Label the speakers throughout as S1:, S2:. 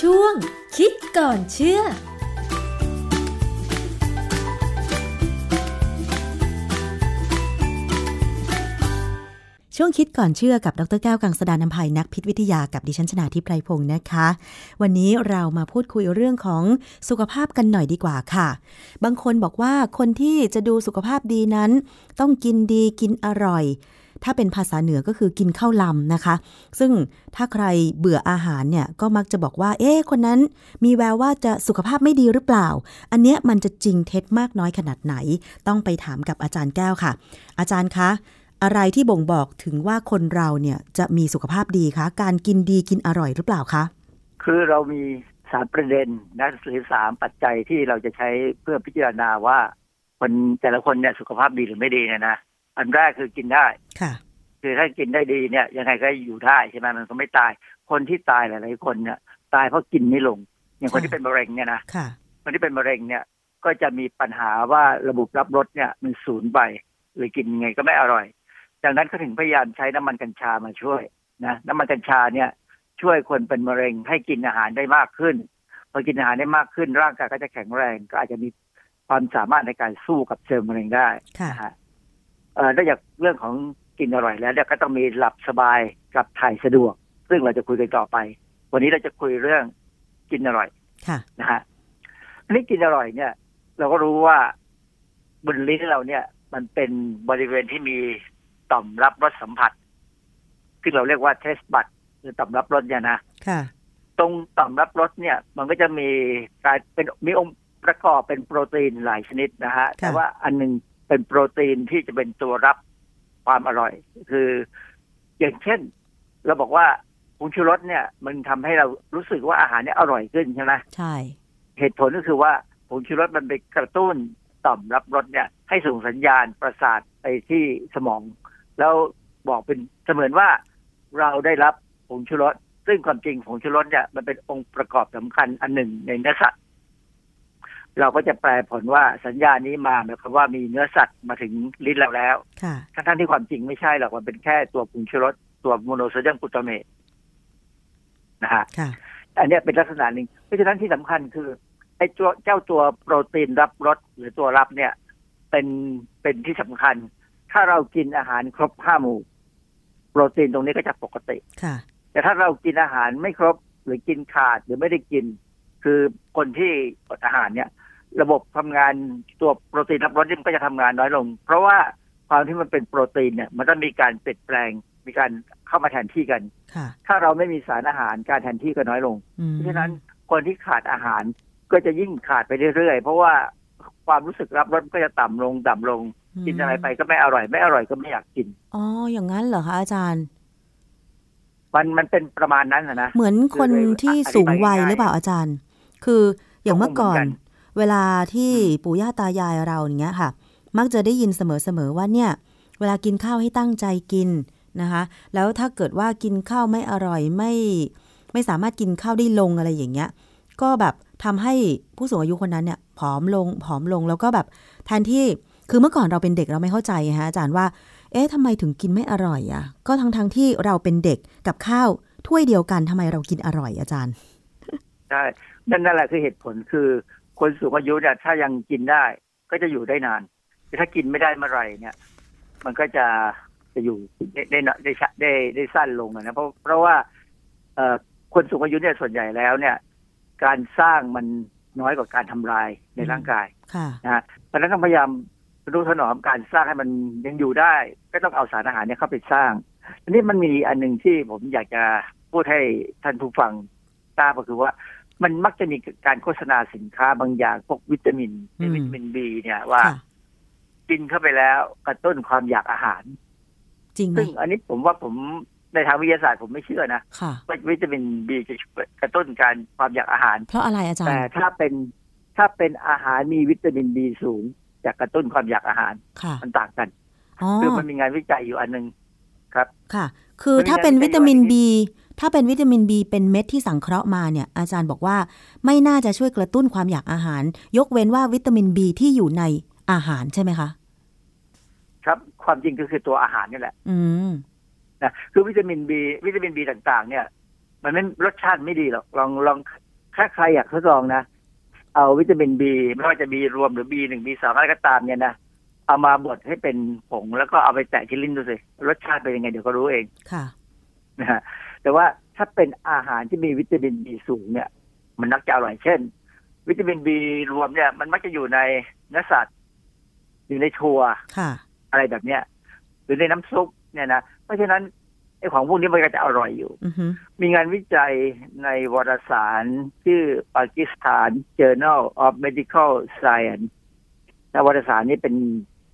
S1: ช่วง คิดก่อนเชื่อ
S2: ช่วงคิดก่อนเชื่อกับดรแก้วกังสดานนภัยนักพิษวิทยากับดิฉันชนาทิพไพรพงศ์นะคะ วันนี้เรามาพูดคุยเรื่องของสุขภาพกันหน่อยดีกว่าค่ะ บางคนบอกว่าคนที่จะดูสุขภาพดีนั้น ต้องกินดีกินอร่อย ถ้าเป็นภาษาเหนือก็คือกินข้าวลำนะคะ ซึ่งถ้าใครเบื่ออาหารเนี่ยก็มักจะบอกว่า เอ๊ะคนนั้น มีแววว่าจะสุขภาพไม่ดีหรือเปล่า อันเนี้ยมันจะจริงเท็จมากน้อยขนาดไหน ต้องไปถามกับอาจารย์แก้วค่ะ อาจารย์คะ อะไรที่บ่งบอกถึงว่าคนเราเนี่ยจะมีสุขภาพดีคะ การกินดีกินอร่อยหรือเปล่าคะ
S3: คือเรามีสามประเด็นนะหรือสามปัจจัยที่เราจะใช้เพื่อพิจารณาว่าคนแต่ละคนเนี่ยสุขภาพดีหรือไม่ดีเนี่ยนะอันแรกคือกินได้
S2: ค่ะ
S3: คือถ้ากินได้ดีเนี่ย ยังไงก็อยู่ได้ใช่ไหมมันก็ไม่ตาย คนที่ตายหลายๆคนเนี่ย ตายเพราะกินไม่ลง อย่างค
S2: ค่ะ
S3: นที่เป็นมะเร็งเนี่ยนะ
S2: ค่ะ
S3: คนที่เป็นมะเร็งเนี่ยก็จะมีปัญหาว่าระบบรับรสเนี่ยมันสูญไปหรือกินยังไงก็ไม่อร่อยดังนั้นเขาถึงพยายามใช้น้ำมันกัญชามาช่วยนะน้ำมันกัญชาเนี่ย ช่วยคนเป็นมะเร็งให้กินอาหารได้มากขึ้นพอกินอาหารได้มากขึ้น ร่างกายก็จะแข็งแรง ก็อาจจะมีความสามารถในการสู้กับเซลล์มะเร็งได้
S2: ค่ะ
S3: นะฮะเอ่อนอกจากเรื่องของกินอร่อยแล้วเนี่ยก็ต้องมีหลับสบายกับถ่ายสะดวก ซึ่งเราจะคุยกันต่อไป วันนี้เราจะคุยเรื่องกินอร่อย
S2: ค่ะ
S3: นะฮะอันนี้กินอร่อยเนี่ย เราก็รู้ว่าบนลิ้นเราเนี่ย มันเป็นบริเวณที่มีต่อมรับรสสัมผัสซึ่งเราเรียกว่าเทสบัตหรือต่อมรับรสเนี่ยนะ
S2: ค่ะ
S3: ตรงต่อมรับรสเนี่ย มันก็จะมีการเป็นมีองค์ประกอบเป็นโปรตีนหลายชนิดนะฮะแต่ว่าอันหนึงเป็นโปรตีนที่จะเป็นตัวรับความอร่อย คือ อย่างเช่น เราบอกว่าผงชูรสเนี่ย มันทำให้เรารู้สึกว่าอาหารเนี่ยอร่อยขึ้นใช่ไหม
S2: ใช่
S3: เหตุผลก็คือว่าผงชูรสมันไปกระตุ้นต่อมรับรสเนี่ย ให้ส่งสัญญาณประสาทไปที่สมอง แล้วบอกเป็นเสมือนว่าเราได้รับผงชูรส ซึ่งความจริงผงชูรสเนี่ยมันเป็นองค์ประกอบสำคัญอันหนึ่งในเนื้อสัตว์ เราก็จะแปลผลว่าสัญญาณนี้มาหมายความว่ามีเนื้อสัตว์มาถึงลิ้นเราแล้ว
S2: ค่ะ
S3: ทั้งๆที่ความจริงไม่ใช่หรอกมันเป็นแค่ตัวผงชูรสตัวโมโนโซเดียมกลูตาเมตนะฮะ
S2: ค่ะ
S3: อันเนี้ยเป็นลักษณะหนึ่งเพราะฉะนั้นที่สำคัญคือไอ้ตัวเจ้าตัวโปรตีนรับรสหรือตัวรับเนี่ยเป็นเป็นที่สำคัญ ถ้าเรากินอาหารครบห้าหมู่ โปรตีนตรงนี้ก็จะปกติ
S2: ค่ะ
S3: แต่ถ้าเรากินอาหารไม่ครบหรือกินขาดหรือไม่ได้กิน คือคนที่อดอาหารเนี่ย ระบบทำงานตัวโปรตีนรับรสเนี่ยมันก็จะทำงานน้อยลง เพราะว่าความที่มันเป็นโปรตีนเนี่ย มันต้องมีการเปลี่ยนแปลงมีการเข้ามาแทนที่กัน
S2: ค่ะ
S3: ถ้าเราไม่มีสารอาหารการแทนที่ก็น้อยลง
S2: อืม
S3: เพราะฉะนั้นคนที่ขาดอาหารก็จะยิ่งขาดไปเรื่อยๆ เพราะว่าความรู้สึกรับรสก็จะต่ำลงต่ำลง
S2: ม
S3: กินอะไรไปก็ไม่อร่อย ไม่อร่อยก็ไม่อยากกิน
S2: อ๋อ อย่างนั้นเหรอคะอาจารย์
S3: มันมันเป็นประมาณนั้นนะนะ
S2: เหมือนคนที่สูงวัยหรือเปล่าอาจารย์ คืออย่างเมื่อก่อน
S3: ก็คงเหมือนกั
S2: เวลาที่ปู่ย่าตายายเราอย่างเงี้ยค่ะ มักจะได้ยินเสมอๆว่าเนี่ย เวลากินข้าวให้ตั้งใจกินนะคะ แล้วถ้าเกิดว่ากินข้าวไม่อร่อยไม่ ไม่สามารถกินข้าวได้ลงอะไรอย่างเงี้ย ก็แบบทำให้ผู้สูงอายุคนนั้นเนี่ยผอมลงผอมลงแล้วก็แบบแทนที่คือเมื่อก่อนเราเป็นเด็กเราไม่เข้าใจไงฮะอาจารย์ว่า เอ๊ะทำไมถึงกินไม่อร่อยอ่ะ ก็ทั้งทั้งๆที่เราเป็นเด็กกับข้าวถ้วยเดียวกันทำไมเรากินอร่อยอาจารย์
S3: ใช่นั่นนั่นแหละคือเหตุผลคือ คนสูงอายุเนี่ยถ้ายังกินได้ก็จะอยู่ได้นานแต่ถ้ากินไม่ได้เมื่อไหร่เนี่ย มันก็จะจะอยู่ได้ได้น้อยได้ช้าได้ได้สั้นลงอะนะเพราะเพราะว่าเอ่อคนสูงอายุเนี่ยส่วนใหญ่แล้วเนี่ย การสร้างมันน้อยกว่าการทำลายในร่างกาย
S2: ค่ะ
S3: นะฮะเพราะฉะนั้นต้องพยายามรู้ถนอมการสร้างให้มันยังอยู่ได้ ก็ต้องเอาสารอาหารเนี่ยเข้าไปสร้างทีนี้มันมีอันหนึ่งที่ผมอยากจะพูดให้ท่านผู้ฟังทราบก็คือว่า มันมักจะมีการโฆษณาสินค้าบางอย่างพวกวิตามิน
S2: อืม
S3: วิตามินบีเนี่ยว่า
S2: ค่ะ
S3: กินเข้าไปแล้วกระตุ้นความอยากอาหาร
S2: จริงไหม
S3: ซึ่งอันนี้ผมว่าผมในทางวิทยาศาสตร์ผมไม่เชื่อนะ
S2: ค่ะ
S3: ว่าวิตามินบีจะช่วยกระตุ้นการความอยากอาหาร
S2: เพราะอะไรอาจาร
S3: แต่
S2: ย์
S3: ถ้าเป็นถ้าเป็นอาหารมีวิตามินบีสูงจะกระตุ้นความอยากอาหาร
S2: ค่ะ
S3: มันต่างกัน
S2: อ๋อ
S3: คือมันมีงานวิจัยอยู่อันหนึงครับ
S2: ค่ะ คือ
S3: มันมี
S2: ถ้าเป็นวิตามิน
S3: การ
S2: B ถ้าเป็นวิตามิน B เป็นเม็ดที่สังเคราะห์มาเนี่ย อาจารย์บอกว่าไม่น่าจะช่วยกระตุ้นความอยากอาหาร ยกเว้นว่าวิตามิน B ที่อยู่ในอาหารใช่ไหมคะ
S3: ครับ ความจริงก็คือตัวอาหารนี่แหละ
S2: อืม
S3: นะคือวิตามินบีวิตามินบีต่าง ๆ เนี่ย มันไม่รสชาติไม่ดีหรอกลองลอง ถ้าใครอยากทดลองนะ เอาวิตามินบีไม่ว่าจะบีรวมหรือบีหนึ่งบีสองอะไรก็ตามเนี่ยนะเอามาบดให้เป็นผงแล้วก็เอาไปแตะที่ลิ้นดูสิรสชาติเป็นยังไงเดี๋ยวก็รู้เอง
S2: ค่ะ
S3: นะฮะแต่ว่าถ้าเป็นอาหารที่มีวิตามินบีสูงเนี่ย มันนักจะอร่อยเช่น วิตามินบีรวมเนี่ย มันมักจะอยู่ในเนื้อสัตว์ อยู่ในชัว
S2: ค่ะ
S3: อะไรแบบเนี้ยหรือในน้ำซุปเนี่ยนะเพราะฉะนั้นไอ้ของพวกนี้มันก็จะอร่อยอยู่
S2: อือฮึ
S3: มีงานวิจัยในวารสารชื่อ Pakistan Journal of Medical Science นะวารสารนี้เป็น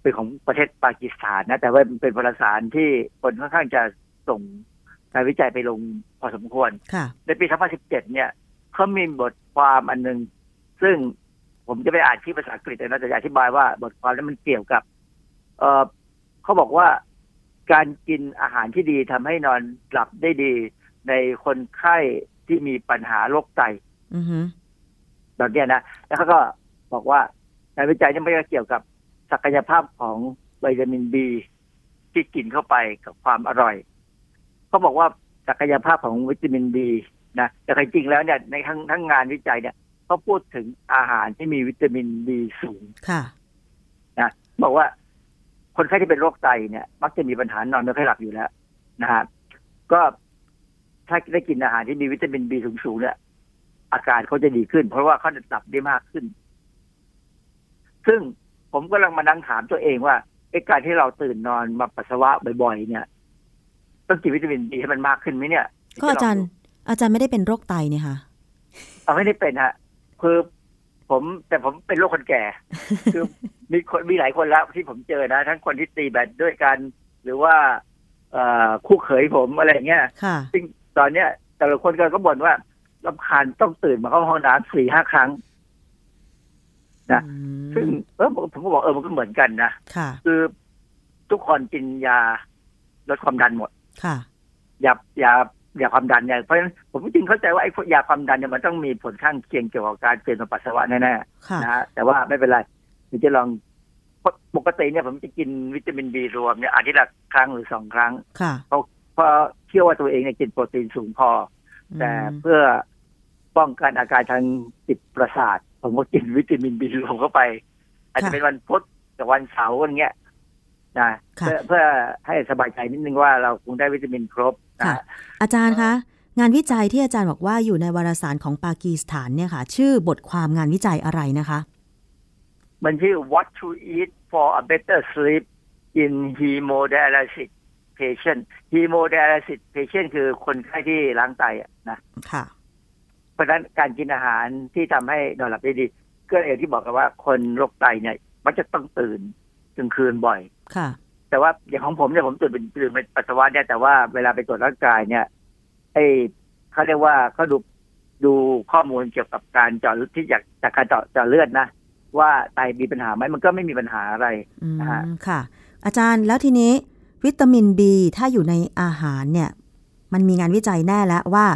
S3: เป็นของประเทศปากีสถานนะ แต่ว่าเป็นวารสารที่คนค่อนข้างจะส่งงานวิจัยไปลงพอสมควร
S2: ค่ะ
S3: ในปี 2017 เนี่ยเขามีบทความอันหนึ่งซึ่งผมจะไปอ่านที่ภาษาอังกฤษเลยนะแต่จะอธิบายว่าบทความนั้นมันเกี่ยวกับ เออเขาบอกว่าการกินอาหารที่ดีทำให้นอนหลับได้ดี ในคนไข้ที่มีปัญหาโรคไต
S2: อือฮึ
S3: แบบเนี้ยนะ แล้วเขาก็บอกว่างานวิจัยนี่ไม่ได้เกี่ยวกับศักยภาพของวิตามินบีที่กินเข้าไปกับความอร่อย เขาบอกว่าศักยภาพของวิตามินบีนะแต่จริงๆแล้วเนี่ยในทั้งทั้งงานวิจัยเนี่ยเขาพูดถึงอาหารที่มีวิตามินบีสูง
S2: ค่ะ
S3: นะบอกว่าคนไข้ที่เป็นโรคไตเนี่ย มักจะมีปัญหานอนไม่ค่อยหลับอยู่แล้วนะฮะก็ถ้าได้กินอาหารที่มีวิตามินบีสูงๆเนี่ย อาการเขาจะดีขึ้น เพราะว่าเขาจะหลับได้มากขึ้น ซึ่งผมก็ลังมานั่งถามตัวเองว่าไอ้การที่เราตื่นนอนมาปัสสาวะบ่อยๆ เนี่ยต้องกินวิตามินบีให้มันมากขึ้นไหมเนี่ย
S2: ก็อาจารย์ อาจารย์ไม่ได้เป็นโรคไตเนี่ยค่ะ
S3: เอาไม่ได้เป็นฮะคือผมแต่ผมเป็นโรคคน แก่ คือมีคนมีหลายคนแล้วที่ผมเจอนะ ทั้งคนที่ตีแบดด้วยกัน หรือว่า เอ่อคู่เขยผมอะไรอย่างเงี้ย
S2: ค่ะ
S3: ซึ่งตอนเนี้ย แต่ละคนก็ก็บ่นว่าลำคาญต้องตื่นมาเข้าห้องน้ำสี่ห้าครั้ง นะ
S2: อืม
S3: ซึ่งเออผมก็บอกเออมันก็เหมือนกันนะ
S2: ค่ะ
S3: คือทุกคนกินยาลดความดันหมด
S2: ค่ะ
S3: ยายายาความดันเนี่ยเพราะฉะนั้นผมจริงเข้าใจว่าไอ้พวกยาความดันเนี่ยมันต้องมีผลข้างเคียงเกี่ยวกับการเปลี่ยนมาปัสสาวะแน่ๆ
S2: ค่ะ
S3: นะฮะแต่ว่าไม่เป็นไรเดี๋ยวจะลองปกติเนี่ยผมจะกินวิตามินบีรวมเนี่ยอาทิตย์ละครั้งหรือสองครั้ง
S2: ค่ะ
S3: เพราะเชื่อว่าตัวเองเนี่ยกินโปรตีนสูงพออแต่เพื่อป้องกันอาการทางจิตประสาท ผมก็กินวิตามินบีรวมเข้าไป อาจจะเป็นวันพุธกับวันเสาร์อย่างเงี้ยนะ
S2: ค่ะ
S3: เพื่อเพื่อให้สบายใจนิดนึงว่าเราคงได้วิตามินครบนะ
S2: ค่ะ อาจารย์คะ งานวิจัยที่อาจารย์บอกว่าอยู่ในวารสารของปากีสถานเนี่ยค่ะ ชื่อบทความงานวิจัยอะไรนะคะ
S3: มันชื่อ what to eat for a better sleep in hemodialysis patient hemodialysis patient คือคนไข้ที่ล้างไตอะนะ
S2: ค่ะ
S3: เพราะฉะนั้นการกินอาหารที่ทำให้นอนหลับได้ดี ก็อย่างที่บอกกันว่าคนโรคไตเนี่ย มักจะต้องตื่นกลางคืนบ่อย
S2: ค่ะ
S3: แต่ว่าอย่างของผมเนี่ยผมตื่นเป็นตื่นเป็นปัสสาวะเนี่ยแต่ว่าเวลาไปตรวจร่างกายเนี่ยไอ้เขาเรียกว่าเขาดูดูข้อมูลเกี่ยวกับการเจาะเลือดที่จากจากการเจาะเจาะเลือดนะ ว่าไตมีปัญหาไหมมันก็ไม่มีปัญหาอะไร
S2: อืม
S3: นะฮะ
S2: ค่ะ อาจารย์แล้วทีนี้ วิตามิน B ถ้าอยู่ในอาหารเนี่ย มันมีงานวิจัยแน่แล้วว่า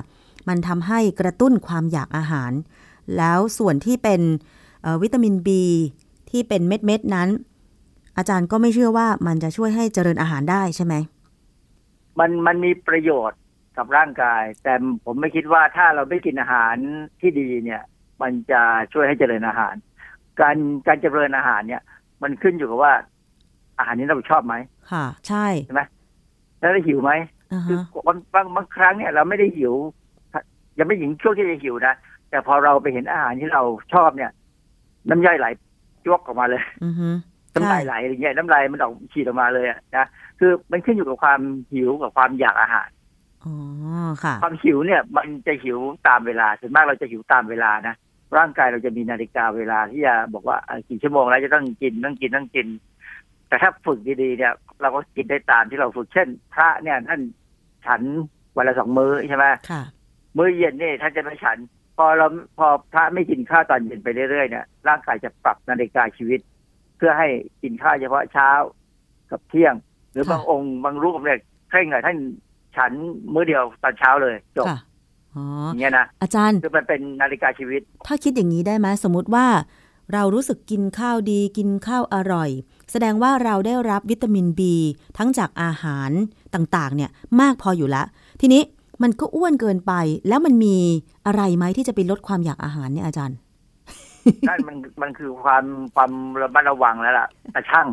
S2: มันทำให้กระตุ้นความอยากอาหาร แล้วส่วนที่เป็นเอ่อวิตามิน B ที่เป็นเม็ดเม็ดๆนั้น อาจารย์ก็ไม่เชื่อว่ามันจะช่วยให้เจริญอาหารได้ใช่ไหม
S3: มันมันมีประโยชน์กับร่างกาย แต่ผมไม่คิดว่าถ้าเราไม่กินอาหารที่ดีเนี่ย มันจะช่วยให้เจริญอาหาร การการเจริญอาหารเนี่ย มันขึ้นอยู่กับว่า อาหารนี้เราชอบไหม
S2: ค่ะ ใช่
S3: แล้วเราหิวไหม
S2: อ่า
S3: คือ
S2: ฮะ
S3: บางบางบางครั้งเนี่ยเราไม่ได้หิว ยังไม่ถึงช่วงที่จะหิวนะแต่พอเราไปเห็นอาหารที่เราชอบเนี่ย น้ำย่อยไหลจวกออกมาเลย
S2: อือฮึ
S3: น้ำลายไหลอะไรเงี้ยน้ำลายมันออกฉีดออกมาเลยอะนะคือมันขึ้นอยู่กับความหิวกับความอยากอาหาร
S2: อ๋อ ค่ะ
S3: ความหิวเนี่ยมันจะหิวตามเวลาส่วนมากเราจะหิวตามเวลานะร่างกายเราจะมีนาฬิกาเวลาที่จะบอกว่าอ่ะกี่ชั่วโมงแล้วจะต้องกินต้องกินต้องกิน แต่ถ้าฝึกดีๆเนี่ย เราก็กินได้ตามที่เราฝึกเช่น พระเนี่ยท่านฉันวันละสองมื้อใช่ไหม
S2: ค่ะ
S3: มื้อเย็นนี่ท่านจะไม่ฉัน พอเราพอพระไม่กินข้าวตอนเย็นไปเรื่อยๆเนี่ยร่างกายจะปรับนาฬิกาชีวิต เพื่อให้กินข้าวเฉพาะเช้ากับเที่ยง หรือบางองค์บางรูปเนี่ยเคร่งหน่อยท่านฉันมื้อเดียวตอนเช้าเลยจบ
S2: ค่ะ อ๋อ
S3: อย่างเงี้ยนะ
S2: อาจารย์
S3: คือมันเป็นนาฬิกาชีวิต
S2: ถ้าคิดอย่างนี้ได้ไหมสมมติว่า เรารู้สึกกินข้าวดีกินข้าวอร่อย แสดงว่าเราได้รับวิตามิน B ทั้งจากอาหารต่างๆ เนี่ยมากพออยู่ละ ทีนี้ มันก็อ้วนเกินไป แล้วมันมีอะไรไหมที่จะไปลดความอยากอาหารเนี่ยอาจารย์
S3: นั่นมันมันคือความความระมัดระวังแล้วล่ะตาช่าง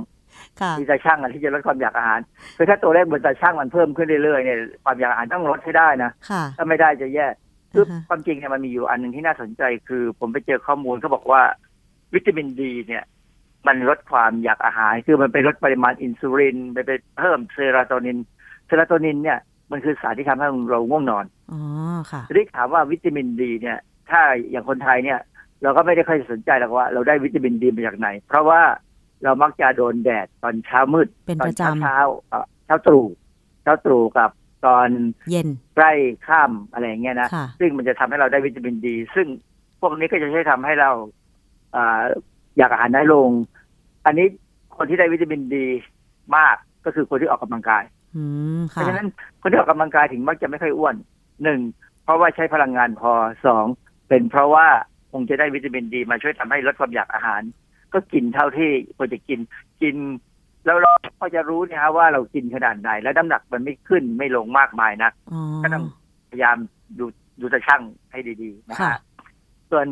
S2: ค่ะ
S3: มีตาช่างอันที่จะลดความอยากอาหารคือถ้าตัวเลขบนตาช่างมันเพิ่มขึ้นเรื่อยๆเนี่ยความอยากอาหารต้องลดให้ได้นะ
S2: ค่ะ
S3: ถ้าไม่ได้จะแย่คือ
S2: อ่าฮะ
S3: ความจริงเนี่ยมันมีอยู่อันหนึ่งที่น่าสนใจคือ ผมไปเจอข้อมูลเขาบอกว่า วิตามินดีเนี่ย มันลดความอยากอาหาร คือมันไปลดปริมาณอินซูลินไปไปเพิ่มเซโรโทนินเซโรโทนินเนี่ยมันคือสารที่ทำให้เราง่วงนอน
S2: อ๋อ ค่ะ
S3: ทีนี้ถามว่าวิตามินดีเนี่ย ถ้าอย่างคนไทยเนี่ย เราก็ไม่ได้ค่อยสนใจหรอกว่าเราได้วิตามินดีมาจากไหน เพราะว่าเรามักจะโดนแดดตอนเช้ามืด
S2: เป็น
S3: ตอ
S2: ป
S3: น
S2: ระจ
S3: เช้าเช้าเอ่อเช้าตรู่เช้าตรู่กับตอน
S2: ำเย็น
S3: ใกล้ค่ำอะไรอย่างเงี้ยนะ
S2: ค่ะ
S3: ซึ่งมันจะทำให้เราได้วิตามินดี ซึ่งพวกนี้ก็จะช่วยทำให้เราอ่าอยากอาหารน้อยลง อันนี้คนที่ได้วิตามินดีมากก็คือคนที่ออกกำลังกาย
S2: อืม
S3: เพ
S2: ค่ะ
S3: ราะฉะนั้นคนที่ออกกำลังกายถึงมักจะไม่ค่อยอ้วนหนึ่งเพราะว่าใช้พลังงานพอสองเป็นเพราะว่าคงจะได้วิตามินดีมาช่วยทำให้ลดความอยากอาหาร ก็กินเท่าที่ควรจะกินกิน แล้วเราก็จะรู้นะฮะว่าเรากินขนาดไหน แล้วน้ำหนักมันไม่ขึ้นไม่ลงมากมายนะ
S2: อ๋อ
S3: ก็ต้องพยายามดูดูตาช่างให้ดีๆนะ
S2: ค่ะ
S3: ฮะส่วน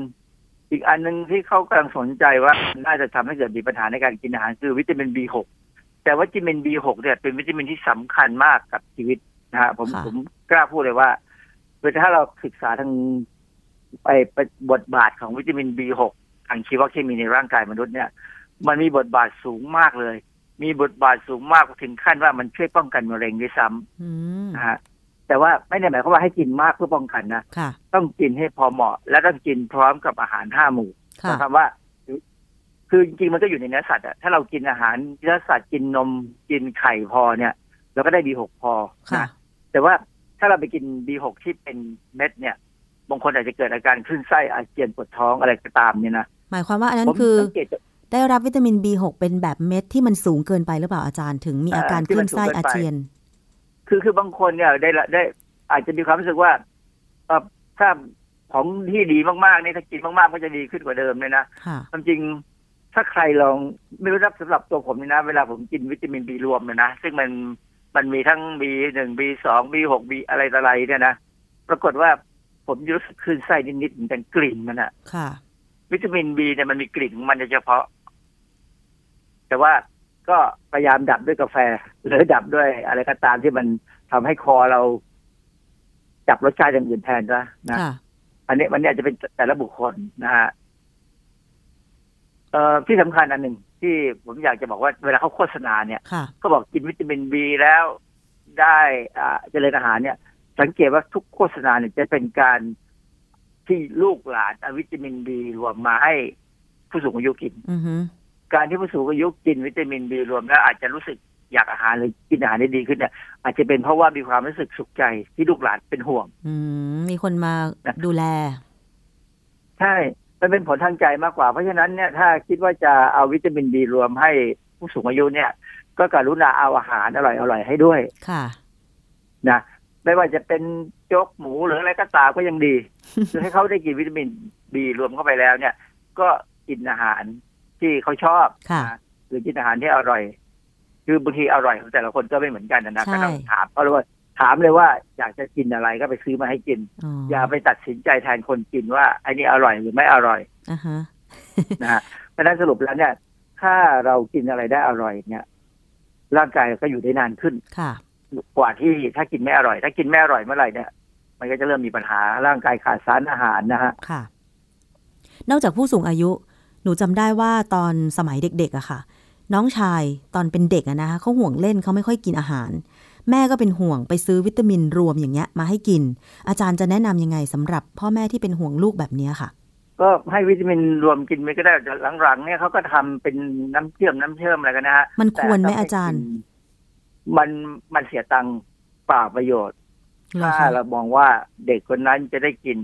S3: อีกอันหนึ่งที่เขากำลังสนใจว่าน่าจะทำให้เกิดมีปัญหาในการกินอาหารคือวิตามิน B6 แต่วิตามิน B6 เนี่ยเป็นวิตามินที่สำคัญมากกับชีวิตนะฮะผม
S2: ค่ะ
S3: ผมกล้าพูดเลยว่าคือถ้าเราศึกษาทางไปไปบทบาทของวิตามิน B6 ทางชีวเคมีในร่างกายมนุษย์เนี่ย มันมีบทบาทสูงมากเลย มีบทบาทสูงมากถึงขั้นว่ามันช่วยป้องกันมะเร็งด้วยซ้ำ
S2: อืม
S3: นะฮะแต่ว่าไม่ได้หมายความว่าให้กินมากเพื่อป้องกันนะ
S2: ค่ะ
S3: ต้องกินให้พอเหมาะ และต้องกินพร้อมกับอาหารห้าหมู่ห
S2: ค่ะ
S3: มายความว่า คือจริงๆมันก็อยู่ในเนื้อสัตว์อะถ้าเรากินอาหารเนื้อสัตว์กินนมกินไข่พอเนี่ยเราก็ได้ B6 พอ
S2: ค่ะ
S3: นะแต่ว่าถ้าเราไปกิน B6 ที่เป็นเม็ดเนี่ยบางคนอาจจะเกิดอาการคลื่นไส้อาเจียนปวดท้องอะไรก็ตามเนี่ยนะ
S2: หมายความว่าอันนั้น
S3: ผม
S2: คือ
S3: สังเกตจาก
S2: ได้รับวิตามิน B6 เป็นแบบเม็ดที่มันสูงเกินไปหรือเปล่าอาจารย์ถึงมีอาการ
S3: เอ่อที่
S2: คลื่
S3: มัน นสูง
S2: ไส้
S3: เกินไป
S2: อาเจียน
S3: คือคือบางคนเนี่ยได้ละได้อาจจะมีความรู้สึกว่าเอ่อถ้าของที่ดีมากๆเนี่ยถ้ากินมากๆก็จะดีขึ้นกว่าเดิมเลยนะ
S2: ค่ะ
S3: ความจริงถ้าใครลองไม่รู้นะสำหรับตัวผมเนี่ยนะ เวลาผมกินวิตามินบีรวมเนี่ยนะ ซึ่งมันมันมีทั้งบีหนึ่งบีสองบีหกบีอะไรต่ออะไรเนี่ยนะ ปรากฏว่าผมรู้สึกคลื่นไส้นิดๆเหมือนกันกลิ่นมันอะ
S2: ค่ะ
S3: วิตามินบีเนี่ยมันมีกลิ่นของมันโดยเฉพาะ แต่ว่าก็พยายามดับด้วยกาแฟ หรือดับด้วยอะไรก็ตามที่มันทำให้คอเรา จับรสชาติอย่างอื่นแทนนะนะ
S2: ค่ะ
S3: อันนี้มันเนี่ยจะเป็นแต่ละบุคคลนะฮะเอ่อที่สำคัญอันหนึ่งที่ผมอยากจะบอกว่าเวลาเขาโฆษณาเนี่ย
S2: ค่ะ
S3: ก็บอกกินวิตามินบีแล้วได้อ่าเจริญอาหารเนี่ย สังเกตว่าทุกโฆษณาเนี่ยจะเป็นการที่ลูกหลานเอาวิตามินบีรวมมาให้ผู้สูงอายุกิน
S2: อือฮึ
S3: การที่ผู้สูงอายุกินวิตามินบีรวมแล้วอาจจะรู้สึกอยากอาหารหรือกินอาหารได้ดีขึ้นเนี่ยอาจจะเป็นเพราะว่ามีความรู้สึกสุขใจที่ลูกหลานเป็นห่วง
S2: อืมมีคนมาดูแล
S3: ใช่ มันเป็นผลทางใจมากกว่า เพราะฉะนั้นเนี่ยถ้าคิดว่าจะเอาวิตามินบีรวมให้ผู้สูงอายุเนี่ย ก็กรุณาเอาอาหารอร่อยๆให้ด้วย
S2: ค่ะ
S3: นะไม่ว่าจะเป็นโจ๊กหมูหรืออะไรก็ตามก็ยังดี คือให้เขาได้กินวิตามินบีรวมเข้าไปแล้วเนี่ย ก็กินอาหารที่เขาชอบ
S2: ค่ะ
S3: นะหรือกินอาหารที่อร่อย คือบางทีอร่อยของแต่ละคนก็ไม่เหมือนกันนะนะ
S2: ใช่
S3: ก็ต้องถามเขาเลยว่าถามเลยว่าอยากจะกินอะไรก็ไปซื้อมาให้กิน
S2: อ๋อ
S3: อ
S2: อย่
S3: าไปตัดสินใจแทนคนกินว่าอันนี้อร่อยหรือไม่อร่อย
S2: อ่าฮะ
S3: นะฮะเพราะฉะนั้นสรุปแล้วเนี่ย ถ้าเรากินอะไรได้อร่อยเนี่ย ร่างกายก็อยู่ได้นานขึ้น
S2: ค่ะ
S3: กว่าที่ถ้ากินไม่อร่อย ถ้ากินไม่อร่อยเมื่อไหร่เนี่ยมันก็จะเริ่มมีปัญหาร่างกายขาดสารอาหารนะฮะ
S2: ค่ะ นอกจากผู้สูงอายุ หนูจำได้ว่าตอนสมัยเด็กๆอะค่ะ น้องชายตอนเป็นเด็กอะนะคะเขาห่วงเล่นเขาไม่ค่อยกินอาหาร แม่ก็เป็นห่วงไปซื้อวิตามินรวมอย่างเงี้ย มาให้กิน อาจารย์จะแนะนำยังไงสำหรับพ่อแม่ที่เป็นห่วงลูกแบบเนี้ยค่ะ
S3: ก็ให้วิตามินรวมกินไปก็ได้แต่หลังๆเนี่ยเขาก็ทำเป็นน้ำเชื่อมน้ำเชื่อมอะไรกันนะฮะ
S2: มันควรไหม
S3: แต่ถ้
S2: อาจารย์
S3: กินมันมันเสียตังค์เปล่าประโยชน์
S2: เหรอ
S3: ถ้า
S2: คะ
S3: เรามองว่าเด็กคนนั้นจะได้กิน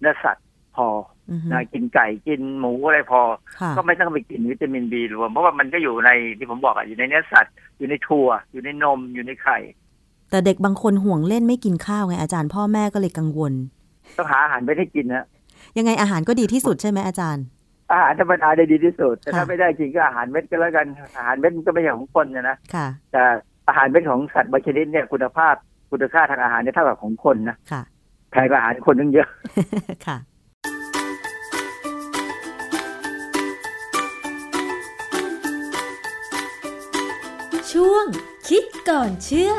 S3: เนื้อสัตว์พอ
S2: อือฮึ
S3: นะกินไก่กินหมูอะไรพอ
S2: ค่ะ
S3: ก็ไม่ต้องไปกินวิตามินบีรวม เพราะว่ามันก็อยู่ในที่ผมบอกอะอยู่ในเนื้อสัตว์ อยู่ในถั่ว อยู่ในนมอยู่ในไข่
S2: แต่เด็กบางคนห่วงเล่นไม่กินข้าวไงอาจารย์พ่อแม่ก็เลยกังวล
S3: ต้องหาอาหารไปให้กินนะ
S2: ยังไงอาหารก็ดีที่สุดใช่ไหมอาจารย์
S3: อาหารธรรมดาได้ดีที่สุด แต่ถ้า
S2: ค่ะ
S3: ไม่ได้จริงก็อาหารเม็ดก็แล้วกัน อาหารเม็ดมันก็ไม่ใช่ของคนนะนะ
S2: ค่ะ
S3: แต่อาหารเม็ดของสัตว์บางชนิดเนี่ยคุณภาพ คุณค่าทางอาหารเนี่ยเท่ากับของคนนะ
S2: ค่ะ
S3: แพงกว่าอาหารคนนึงเยอะ
S2: ค่ะ
S1: ช่วงคิดก่อนเชื่อ